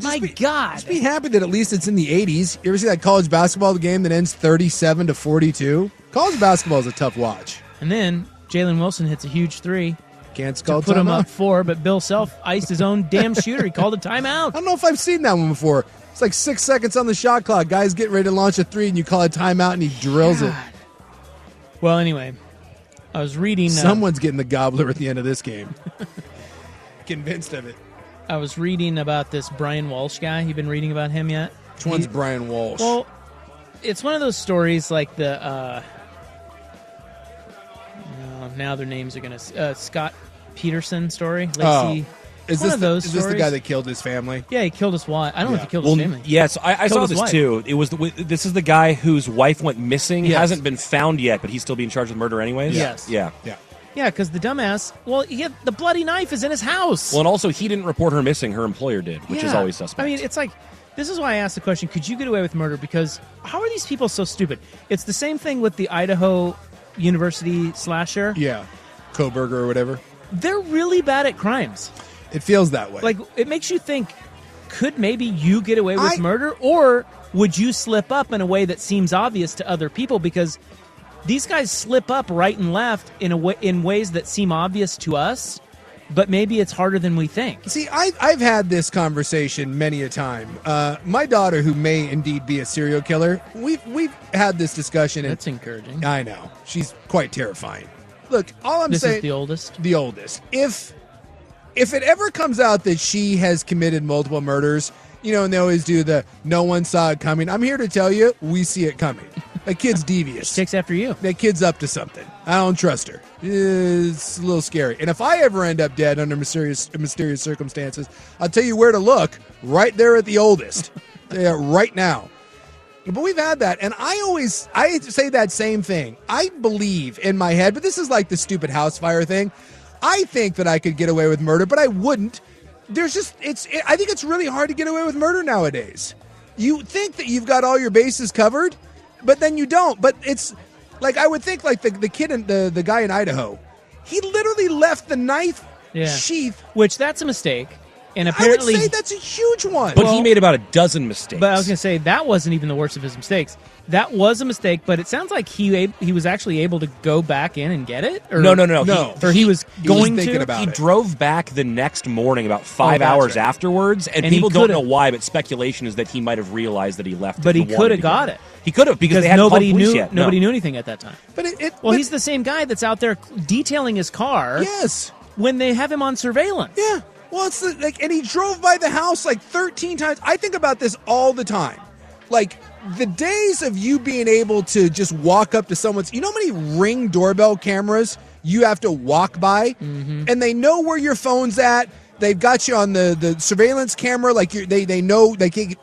S8: my God.
S7: Just be happy that at least it's in the 80s. You ever see that college basketball game that ends 37 to 42? College basketball is a tough watch.
S8: And then Jalen Wilson hits a huge three.
S7: Can't
S8: to
S7: call
S8: put him
S7: timeout.
S8: up four, but Bill Self iced his own damn shooter. He called a timeout. I
S7: don't know if I've seen that one before. It's like six seconds on the shot clock. Guy's getting ready to launch a three, and you call a timeout, and he drills
S8: Well, anyway, I was reading.
S7: it.
S8: uh,
S7: Someone's getting the gobbler at the end of this game. Convinced of it.
S8: I was reading about this Brian Walsh guy. You been reading about him yet?
S7: Which one's
S8: He-
S7: Brian Walsh?
S8: Well, it's one of those stories like the. Uh, no, now their names are gonna uh, Scott Peterson story. Lacey.
S7: Oh. is
S8: one
S7: this,
S8: of
S7: the,
S8: those
S7: is this the guy
S8: stories.
S7: that killed his family?
S8: Yeah, he killed his wife. I don't know if he killed
S9: Well,
S8: his family.
S9: yes, I, I
S8: Killed
S9: saw
S8: his
S9: this
S8: wife.
S9: too. It was the, this is the guy whose wife went missing,
S8: Yes.
S9: hasn't been found yet, but he's still being charged with murder anyways.
S8: Yes.
S9: yeah,
S7: yeah.
S8: Yeah, because the dumbass. Well, he had, the bloody knife is in his house.
S9: Well, and also he didn't report her missing; her employer did, which is
S8: Yeah.
S9: always suspect.
S8: I mean, it's like this is why I asked the question: Could you get away with murder? Because how are these people so stupid? It's the same thing with the Idaho University slasher.
S7: Yeah. Koberger or whatever.
S8: They're really bad at crimes.
S7: It feels that way.
S8: Like it makes you think, could maybe you get away with murder, or would you slip up in a way that seems obvious to other people? Because these guys slip up right and left in a way in ways that seem obvious to us, but maybe it's harder than we think.
S7: See, I, I've had this conversation many a time. Uh, my daughter, who may indeed be a serial killer, we've we've had this discussion. And
S8: That's encouraging.
S7: I know she's quite terrifying. Look, all I'm
S8: This is
S7: saying
S8: the oldest?
S7: the oldest. If if it ever comes out that she has committed multiple murders, you know, and they always do the no one saw it coming. I'm here to tell you, we see it coming. That kid's devious. She
S8: takes after you.
S7: That kid's up to something. I don't trust her. It's a little scary. And if I ever end up dead under mysterious mysterious circumstances, I'll tell you where to look. Right there at the oldest. Yeah, right now. But we've had that, and I always I say that same thing. I believe in my head, but this is like the stupid house fire thing. I think that I could get away with murder, but I wouldn't. There's just it's. It, I think it's really hard to get away with murder nowadays. You think that you've got all your bases covered, but then you don't. But it's like I would think like the the kid in the the guy in Idaho, he literally left the knife
S8: Yeah.
S7: sheath.
S8: Which that's a mistake, and
S7: I would
S8: apparently
S7: say that's a huge one.
S9: But he made about a dozen mistakes.
S8: But I was going to say that wasn't even the worst of his mistakes. That was a mistake, but it sounds like he ab- he was actually able to go back in and get it. Or,
S9: no, no, no,
S8: or he was going to.
S9: He drove back the next morning, about five
S8: that's
S9: hours
S8: right.
S9: afterwards, and,
S8: Oh, And he
S9: people don't
S8: could've-
S9: know why. But speculation is that he might have realized that he left. it
S8: But he
S9: and wanted
S8: could have
S9: to go.
S8: got it.
S9: He could have because, they hadn't
S8: nobody
S9: called police
S8: knew
S9: yet. No.
S8: nobody knew anything at that time.
S7: But it,
S8: well, he's the same guy that's out there detailing his car.
S7: Yes,
S8: when they have him on surveillance.
S7: Yeah. Well, it's the, like, and he drove by the house like 13 times. I think about this all the time. Like, the days of you being able to just walk up to someone's, you know how many ring doorbell cameras you have to walk by?
S8: Mm-hmm.
S7: And they know where your phone's at. They've got you on the, the surveillance camera. Like, you're, they, they know, they can,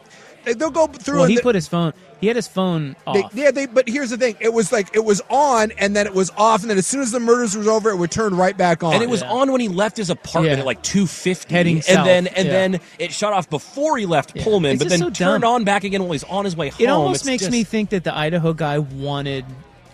S7: they, they'll go through
S8: Well,
S7: and
S8: he
S7: they-
S8: put his phone. He had his phone
S7: they,
S8: off.
S7: yeah, they. But here's the thing: it was like it was on, and then it was off, and then as soon as the murders was over, it would turn right back on.
S9: And it was on when he left his apartment
S7: Yeah.
S9: at like two fifty,
S7: Heading
S9: and
S7: south,
S9: then and
S7: yeah.
S9: then it shut off before he left Pullman,
S8: It's
S9: but
S8: just
S9: then
S8: so
S9: turned
S8: dumb.
S9: on back again while he's on his way home.
S8: it almost
S9: It's
S8: makes
S9: just-
S8: me think that the Idaho guy wanted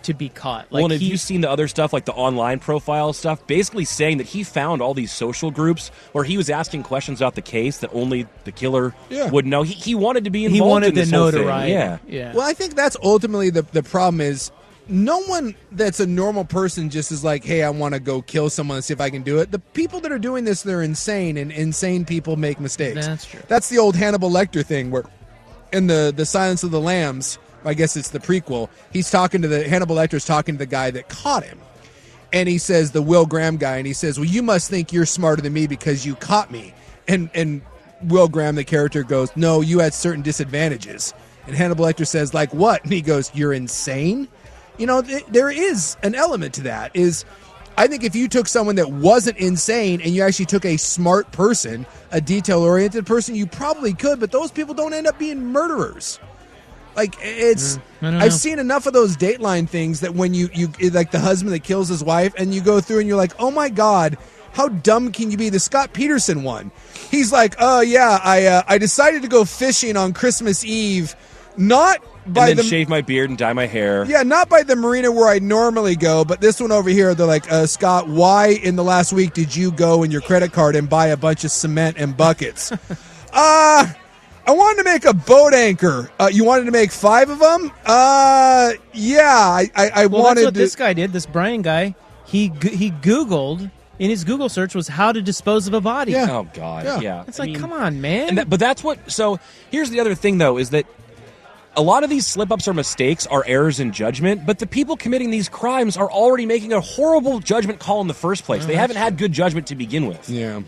S8: to be caught. Like
S9: well, and have
S8: he,
S9: you seen the other stuff, like the online profile stuff, basically saying that he found all these social groups where he was asking questions about the case that only the killer
S7: Yeah.
S9: would know. He, he wanted to be involved.
S8: he wanted
S9: in this
S8: the
S9: whole thing.
S8: notoriety.
S9: Yeah,
S7: Well, I think that's ultimately the the problem is no one that's a normal person just is like, hey, I want to go kill someone and see if I can do it. The people that are doing this, they're insane, and insane people make mistakes.
S8: That's true.
S7: That's the old Hannibal Lecter thing where in the the Silence of the Lambs, I guess it's the prequel. He's talking to the Hannibal Lecter's talking to the guy that caught him. And he says the Will Graham guy and he says, "Well, you must think you're smarter than me because you caught me." And and Will Graham the character goes, "No, you had certain disadvantages." And Hannibal Lecter says, "Like what?" And he goes, "You're insane." You know, th- there is an element to that is I think if you took someone that wasn't insane and you actually took a smart person, a detail oriented person, you probably could, but those people don't end up being murderers. Like it's
S8: Mm, I don't
S7: I've
S8: know.
S7: seen enough of those dateline things that when you you like the husband that kills his wife and you go through and you're like, "Oh my god, how dumb can you be?" The Scott Peterson one. He's like, "Oh yeah, I uh, I decided to go fishing on Christmas Eve, not by
S9: and then
S7: the
S9: shave my beard and dye my hair.
S7: yeah, not by the marina where I normally go, but this one over here. They're like, uh, Scott, why in the last week did you go in your credit card and buy a bunch of cement and buckets? uh, I wanted to make a boat anchor. Uh, you wanted to make five of them? Uh, yeah, I, I, I
S8: well,
S7: wanted
S8: that's what
S7: to.
S8: this guy did. This Brian guy, he go- he Googled in his Google search was how to dispose of a body.
S9: Oh God.
S8: Yeah.
S9: Yeah.
S8: It's like, come on, man.
S9: And that, but that's what. So here's the other thing, though, is that a lot of these slip ups or mistakes are errors in judgment. But the people committing these crimes are already making a horrible judgment call in the first place.
S8: Oh,
S9: they
S8: that's
S9: haven't had good judgment to begin with.
S7: Yeah.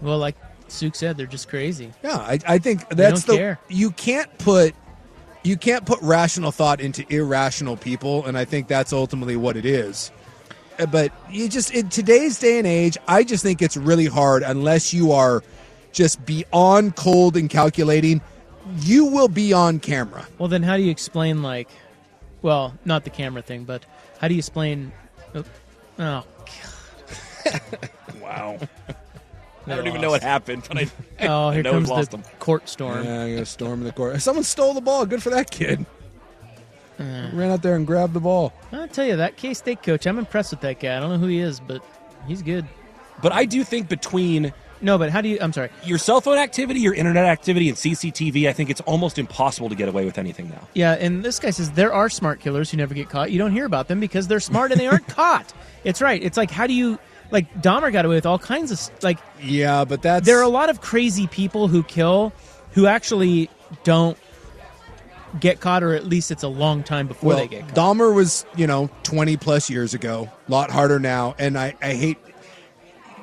S8: Well, like Suk said, they're just crazy.
S7: Yeah, I, I think
S8: They
S7: that's
S8: don't
S7: the
S8: care.
S7: you can't put you can't put rational thought into irrational people, and I think that's ultimately what it is. Uh, But you just in today's day and age, I just think it's really hard unless you are just beyond cold and calculating. You will be on camera.
S8: Well, then how do you explain like, well, not the camera thing, but how do you explain? Oh, oh
S9: Wow.
S8: They
S9: I don't even
S8: lost.
S9: know what happened, but I,
S8: Oh,
S9: I
S8: here
S9: know
S8: comes
S9: we lost
S8: the
S9: them.
S8: court storm.
S7: Yeah, I got a storm in the court. Someone stole the ball. Good for that kid. Ran out there and grabbed the ball.
S8: I'll tell you that K State coach. I'm impressed with that guy. I don't know who he is, but he's good.
S9: But I do think between
S8: No, but how do you? I'm sorry.
S9: Your cell phone activity, your internet activity, and CCTV. I think it's almost impossible to get away with anything now.
S8: Yeah, and this guy says there are smart killers who never get caught. You don't hear about them because they're smart and they aren't caught. It's right. It's like how do you like Dahmer got away with all kinds of s- like
S7: Yeah, but that's
S8: there are a lot of crazy people who kill who actually don't get caught or at least it's a long time before
S7: well,
S8: they get caught.
S7: Dahmer was, you know, 20 plus years ago, a lot harder now. And I, I hate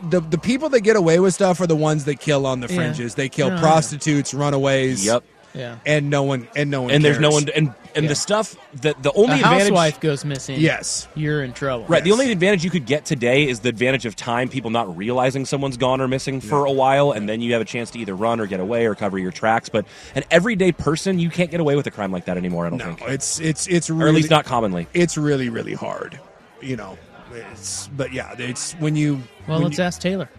S7: the, the people that get away with stuff are the ones that kill on the
S9: Yeah.
S7: fringes. They kill
S8: Oh,
S9: No, I know.
S7: prostitutes, runaways.
S9: Yep.
S8: Yeah.
S7: And no one, and no one,
S9: and there's no one,
S7: cares.
S9: and and the stuff that the only
S8: a
S9: advantage
S8: housewife goes missing.
S9: Yes.
S8: You're in trouble.
S9: Right. The only advantage you could get today is the advantage of time, people not realizing someone's gone or missing for a while, and then you have a chance to either run or get away or cover your tracks. But an everyday person, you can't get away with a crime like that anymore, I don't think.
S7: It's, it's, it's
S9: or
S7: really,
S9: at least not commonly.
S7: it's really, really hard, you know. It's, but yeah, it's when you,
S8: Well,
S7: when
S8: let's
S7: you-
S8: ask Taylor.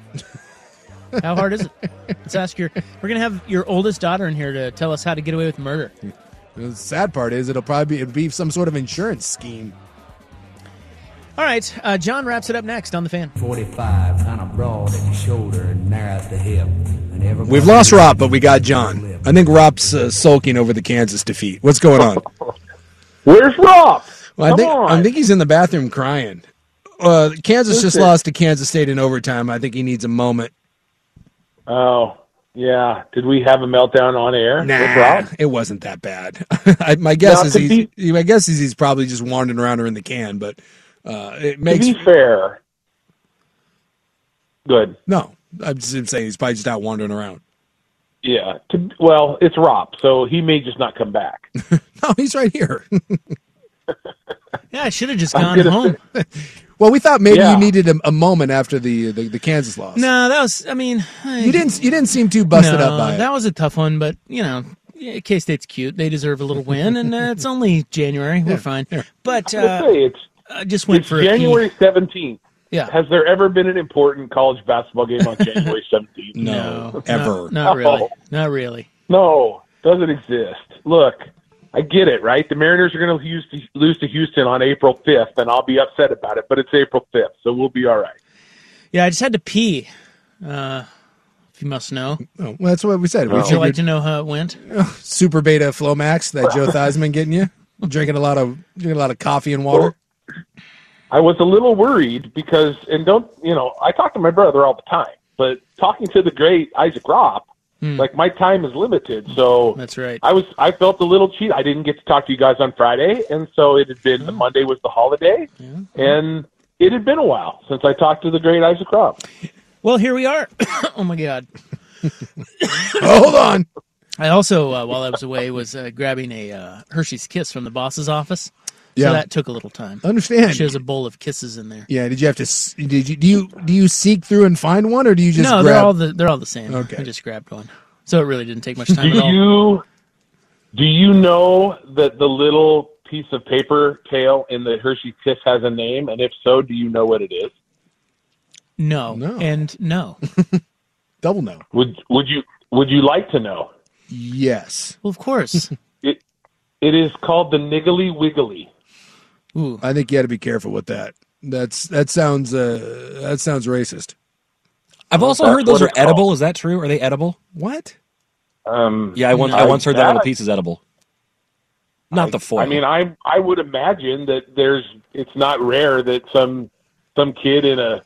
S8: How hard is it? Let's ask your. We're gonna have your oldest daughter in here to tell us how to get away with murder.
S7: the sad part is it'll probably be, it'd be some sort of insurance scheme.
S8: All right, uh, John wraps it up next on the fan.
S17: 45, kind of broad at the shoulder and narrow at the hip. And everybody
S7: We've lost Rob, but we got John. I think Rob's uh, sulking over the Kansas defeat. What's going on?
S18: Where's Rob?
S7: Well, I
S18: Come
S7: think
S18: on.
S7: I think he's in the bathroom crying. Uh, Kansas just
S18: Listen.
S7: lost to Kansas State in overtime. I think he needs a moment.
S18: Oh, yeah. Did we have a meltdown on air? with Rob?
S7: it wasn't that bad. I, my guess
S18: No,
S7: is
S18: to
S7: he's. My guess is he's probably just wandering around her in the can. But uh, it makes
S18: to be fair, good.
S7: No, I'm just saying he's probably just out wandering around.
S18: Yeah. To, well, it's Rob, so he may just not come back.
S8: Uh,
S7: No, he's right here.
S8: Yeah, I should have just
S18: I'm
S8: gone
S18: gonna
S8: home.
S7: well, we thought maybe
S8: Yeah.
S7: you needed a, a moment after the the, the Kansas loss.
S8: No, that was. I mean,
S7: You didn't. You didn't seem too busted
S8: No,
S7: up by it.
S8: That was a tough one, but you know, K State's cute. They deserve a little win, and uh, it's only January. We're fine. But
S18: I was gonna
S8: uh,
S18: say, it's
S8: I just went
S18: it's
S8: for a
S18: January seventeenth.
S8: Yeah.
S18: Has there ever been an important college basketball game on January seventeenth?
S7: No,
S8: Not, not
S18: Oh.
S8: really. Not really.
S18: No, doesn't exist. Look, I get it, right? The Mariners are going to use to lose to Houston on April fifth, and I'll be upset about it. But it's April fifth, so we'll be all right.
S8: Yeah, I just had to pee. Uh, if you must know.
S7: Oh, well, that's what we said. We
S8: Would you like
S7: figured-
S8: to know how it went?
S7: Super Beta Flomax that Joe Theismann getting you drinking a lot of drinking a lot of coffee and water.
S18: I was a little worried because, and don't you know, I talk to my brother all the time, but talking to the great Isaac Ropp, like my time is limited, so
S8: Hmm. that's right.
S18: I was I felt a little cheat. I didn't get to talk to you guys on Friday, and so it had been the Monday was the holiday, and it had been a while since I talked to the great Isaac Ropp.
S8: Well, here we are. oh my god.
S7: Oh, Hold on.
S8: I also, uh, while I was away, was uh, grabbing a uh, Hershey's Kiss from the boss's office.
S7: Yeah.
S8: So that took a little time.
S7: Understand.
S8: She has a bowl of kisses in there.
S7: Yeah, did you have to? s- Did you do you do you seek through and find one, or do you just
S8: no,
S7: grab?
S8: they're all the they're all the same.
S7: Okay.
S8: I just grabbed one, so it really didn't take much
S18: Do
S8: time at all.
S18: you do you know that the little piece of paper tail in the Hershey Kiss has a name, and if so, do you know what it is?
S8: No, and no.
S7: Double no.
S18: Would would you would you like to know?
S7: Yes.
S8: Well, of course.
S18: It it is called the niggly wiggly.
S7: I think you had to be careful with that. That's that sounds uh that sounds racist.
S9: I've also
S7: That's
S9: heard those
S7: what
S9: are
S7: it's
S9: edible. Is that true? Are they edible?
S7: What?
S18: Um,
S9: Yeah, I once, I
S18: I-
S9: once heard that little
S18: that-
S9: piece is edible. Not the foil.
S18: I mean, I I would imagine that there's it's not rare that some some kid in a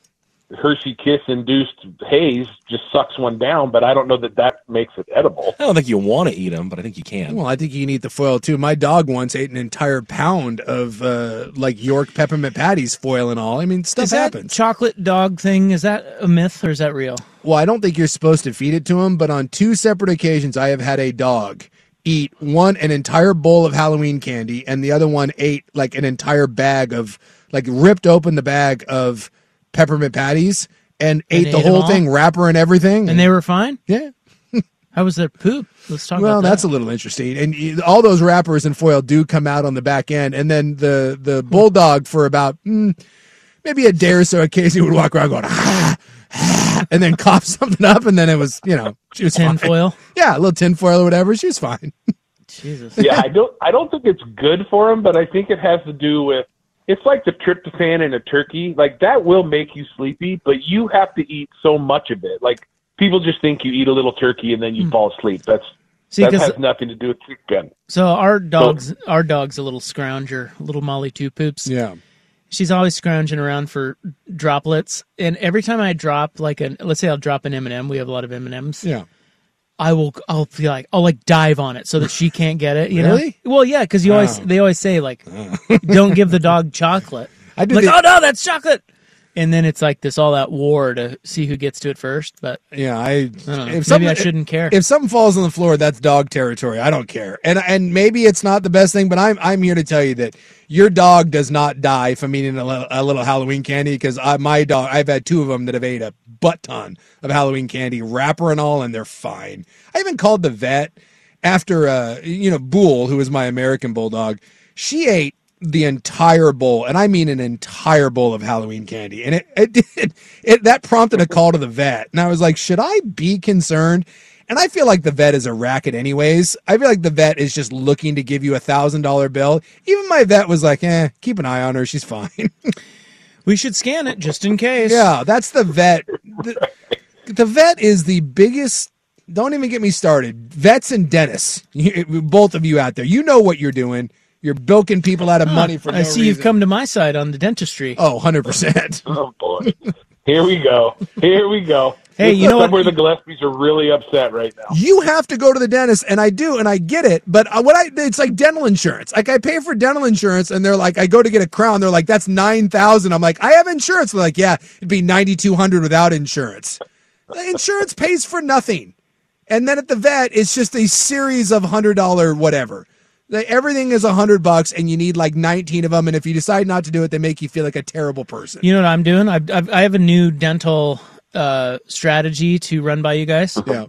S18: Hershey Kiss induced haze just sucks one down, but I don't know that that makes it edible.
S9: I don't think you want to eat them, but I think you can.
S7: Well, I think you can eat the foil too. My dog once ate an entire pound of uh like York peppermint patties, foil and all. I mean, stuff
S8: is that
S7: happens.
S8: chocolate dog thing? Is that a myth or is that real?
S7: Well, I don't think you're supposed to feed it to him, but on two separate occasions, I have had a dog eat one an entire bowl of Halloween candy, and the other one ate like an entire bag of like ripped open the bag of peppermint patties and,
S8: And
S7: ate the
S8: ate 'em
S7: whole
S8: all?
S7: thing, wrapper and everything.
S8: And they were fine.
S7: Yeah.
S8: How was their poop? Let's talk
S7: well,
S8: about that.
S7: that's a little interesting, and you- all those wrappers and foil do come out on the back end, and then the the
S8: Hmm.
S7: bulldog for about mm, maybe a day or so, occasionally would walk around going, ah, ah, and then cough something up, and then it was you know she was fine.
S8: Tinfoil?
S7: yeah, a little tinfoil or whatever. She was fine.
S8: Jesus.
S18: yeah, I don't I don't think it's good for him, but I think it has to do with it's like the tryptophan in a turkey. Like that will make you sleepy, but you have to eat so much of it. Like people just think you eat a little turkey and then you fall asleep. That's
S8: See,
S18: that
S8: 'cause-
S18: has nothing to do with chicken.
S8: So our dog's our dog's a little scrounger, little Molly Two Poops.
S7: Yeah.
S8: She's always scrounging around for droplets, and every time I drop like an, let's say I'll drop an M and m we have a lot of M and M's.
S7: Yeah.
S8: I will. I'll be like, I'll like dive on it so that she can't get it. You
S7: Really?
S8: know? Well, yeah, because you always
S7: Oh.
S8: they always say like, don't give the dog chocolate.
S7: I do
S8: like,
S7: the-
S8: oh no, that's chocolate. And then it's like this all out war to see who gets to it first. But
S7: Yeah, I,
S8: know. Maybe
S7: something-
S8: I shouldn't care.
S7: If something falls on the floor, that's dog territory. I don't care. And and maybe it's not the best thing, but I'm I'm here to tell you that your dog does not die from eating a little, a little Halloween candy because I my dog I've had two of them that have ate a butt ton of Halloween candy wrapper and all, and they're fine. I even called the vet after uh you know Boole, who is my American bulldog. She ate the entire bowl, and I mean an entire bowl of Halloween candy, and it it did it that prompted a call to the vet, and I was like, should I be concerned? And I feel like the vet is a racket, anyways. I feel like the vet is just looking to give you a thousand dollar bill. Even my vet was like, eh, keep an eye on her, she's fine.
S8: we should scan it just in case.
S7: Yeah, that's the vet. The, the vet is the biggest. Don't even get me started. Vets and dentists, you, both of you out there, you know what you're doing. You're bilking people out of money for
S8: Ah, I
S7: no
S8: see
S7: reason.
S8: you've come to my side on the dentistry.
S7: Oh, 100%.
S18: Oh boy, here we go. Here we go.
S7: Hey, you know what?
S18: Somewhere the Gillespies are really upset right now.
S7: You have to go to the dentist, and I do, and I get it. But uh, what I it's like dental insurance. Like I pay for dental insurance, and they're like, I go to get a crown. They're like, that's nine thousand. I'm like, I have insurance. They're like, yeah, it'd be ninety two hundred without insurance. insurance pays for nothing, and then at the vet, it's just a series of hundred dollar whatever. Like, everything is a hundred bucks, and you need like nineteen of them. And if you decide not to do it, they make you feel like a terrible person.
S8: You know what I'm doing? I've, I've, I have a new dental uh, strategy to run by you guys.
S7: Yeah.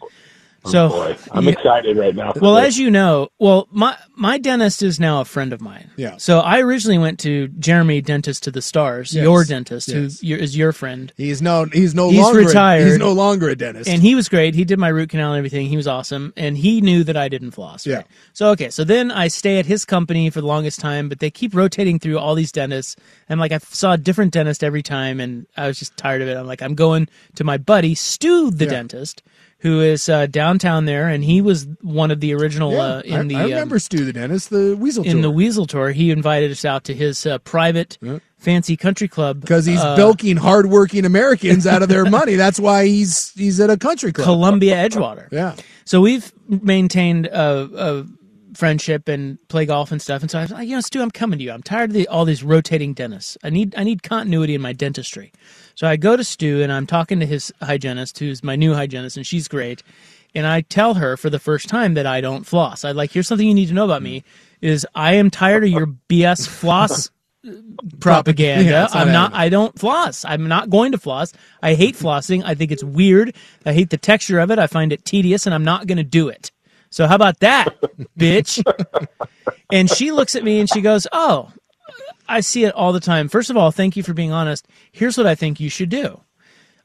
S8: So
S18: I'm
S8: Yeah.
S18: excited right now.
S8: Well, as you know, well, my my dentist is now a friend of mine.
S7: Yeah.
S8: So I originally went to Jeremy, dentist to the stars,
S7: Yes.
S8: your dentist,
S7: Yes.
S8: who y- is your friend.
S7: He's no, he's no
S8: he's
S7: longer a-
S8: retired.
S7: he's no longer a dentist.
S8: and he was great. He did my root canal and everything. He was awesome, and he knew that I didn't floss.
S7: Yeah.
S8: So okay, so then I stay at his company for the longest time, but they keep rotating through all these dentists. And like I saw a different dentist every time, and I was just tired of it. I'm like, I'm going to my buddy Stu, the
S7: Yeah.
S8: dentist, who is uh, downtown there, and he was one of the original
S7: Yeah,
S8: uh, in
S7: I,
S8: the
S7: I
S8: um,
S7: remember Stu the dentist, the Weasel
S8: in
S7: tour.
S8: the Weasel tour. He invited us out to his uh, private fancy country club
S7: because he's
S8: uh,
S7: bilking hardworking Americans out of their money. That's why he's he's at a country club.
S8: uh, Columbia Edgewater.
S7: Yeah.
S8: So we've maintained a, a friendship and play golf and stuff. And so I was like, you know, Stu, I'm coming to you. I'm tired of the, all these rotating dentists. I need I need continuity in my dentistry. So I go to Stu and I'm talking to his hygienist, who's my new hygienist, and she's great. And I tell her for the first time that I don't floss. I like here's something you need to know about me is I am tired of your BS floss propaganda.
S7: Yeah, it's not
S8: I'm not.
S7: happening.
S8: I don't floss. I'm not going to floss. I hate flossing. I think it's weird. I hate the texture of it. I find it tedious, and I'm not going to do it. So how about that, bitch? and she looks at me and she goes, "Oh, I see it all the time. First of all, thank you for being honest. Here's what I think you should do.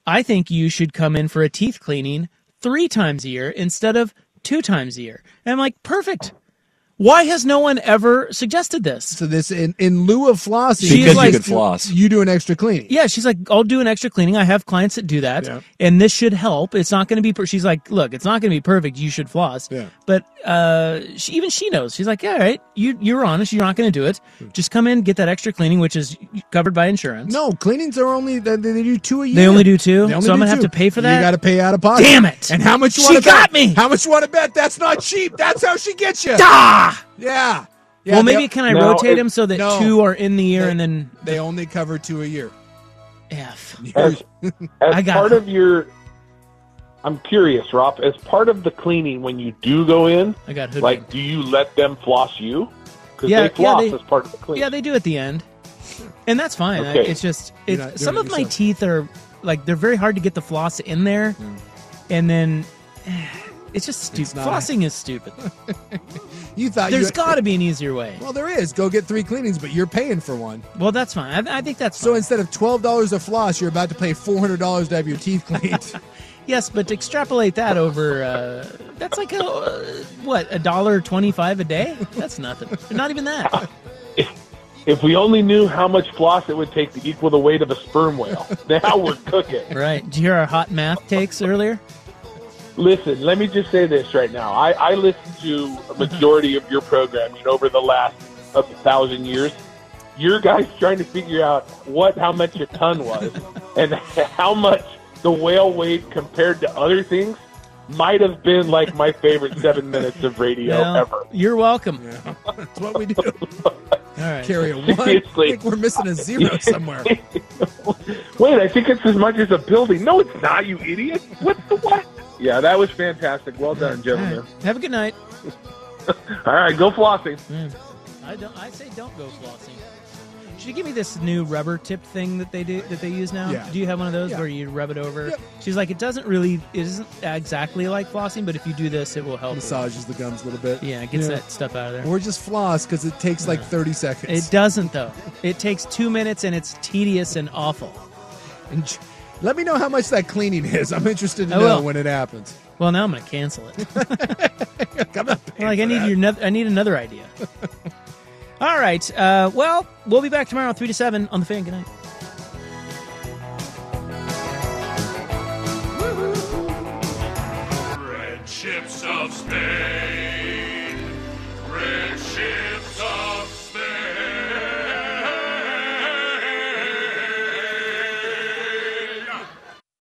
S8: I think you should come in for a teeth cleaning three times a year instead of two times a year." And I'm like, "Perfect." Why has no one ever suggested this?
S7: So this in, in lieu of flossing,
S8: She is Because you like- could floss.
S7: You do an extra cleaning.
S8: Yeah, she's like, I'll do an extra cleaning. I have clients that do that,
S7: Yeah.
S8: and this should help. It's not going to be. Per- she's like, look, it's not going to be perfect. You should floss.
S7: Yeah.
S8: But uh, she, even she knows. She's like, all right, you you're honest. You're not going to do it. Just come in, get that extra cleaning, which is covered by insurance.
S7: Hmm. No, cleanings are only they, they do two a year.
S8: They only do two?
S7: They only
S8: So I'm
S7: do
S8: gonna have
S7: two.
S8: to pay for that?
S7: You got to pay out of pocket.
S8: Damn it.
S7: And how much you
S8: She
S7: want to bet?
S8: got me!
S7: How much you want to bet? That's not cheap. That's how she gets you.
S8: Dah!
S7: Yeah. Yeah,
S8: well,
S7: they-
S8: maybe can I rotate them so that
S7: No.
S8: two are in the year and then
S7: They only cover two a year.
S8: F.
S18: As, as
S8: I got
S18: part of your, I'm curious, Rob. As part of the cleaning, when you do go in,
S8: I got hoodwinked.
S18: like, do you let them floss you? Because
S8: Yeah, yeah,
S18: they floss
S8: they-
S18: as part of the cleaning.
S8: Yeah, they do at the end, and that's fine. I-
S18: Okay.
S8: it's just
S18: You're
S8: it's
S18: not doing
S8: some
S18: it
S8: of my
S18: yourself.
S8: teeth are like they're very hard to get the floss in there, and then it's just stupid.
S7: not-
S8: Flossing is stupid.
S7: You thought
S8: There's
S7: you,
S8: got to be an easier way.
S7: Well, there is. Go get three cleanings, but you're paying for one.
S8: Well, that's fine. I, I think that's
S7: so. Instead of twelve dollars a floss, you're about to pay four hundred dollars to have your teeth cleaned.
S8: Yes, but to extrapolate that over uh, that's like a uh, what a dollar twenty-five a day. That's nothing. Not even that.
S18: If we only knew how much floss it would take to equal the weight of a sperm whale, now we're cooking.
S8: Right? Did you hear our hot math takes earlier?
S18: Listen, let me just say this right now. I, I listened to a majority of your programming over the last of a thousand years. Your guys trying to figure out what how much a ton was and how much the whale weighed compared to other things might have been like my favorite seven minutes of radio
S8: Well,
S18: ever.
S8: You're welcome.
S7: That's what we do.
S8: All right.
S7: Carry a one. I think we're missing a zero somewhere.
S18: Wait, I think it's as much as a building. No, it's not, you idiot. What the what? Yeah, that was fantastic. Well done, gentlemen.
S8: Have a good night.
S18: All right, go flossing.
S8: I don't. I say don't go flossing. Should you give me this new rubber tip thing that they do that they use now?
S7: Yeah.
S8: Do you have one of those
S7: Yeah.
S8: where you rub it over? She's like, it doesn't really, it isn't exactly like flossing, but if you do this, it will help.
S7: Massages the gums a little bit.
S8: Yeah, it gets that stuff out of there.
S7: Or just floss because it takes like 30 seconds.
S8: It doesn't though. It takes two minutes and it's tedious and awful.
S7: And let me know how much that cleaning is. I'm interested to
S8: I
S7: know
S8: will.
S7: when it happens.
S8: Well, now I'm going to cancel it. like I need your, noth- I need another idea. All right. Uh, well, we'll be back tomorrow, three to seven on the fan. Good night.
S1: Red ships of Spain. Red ships of Spain.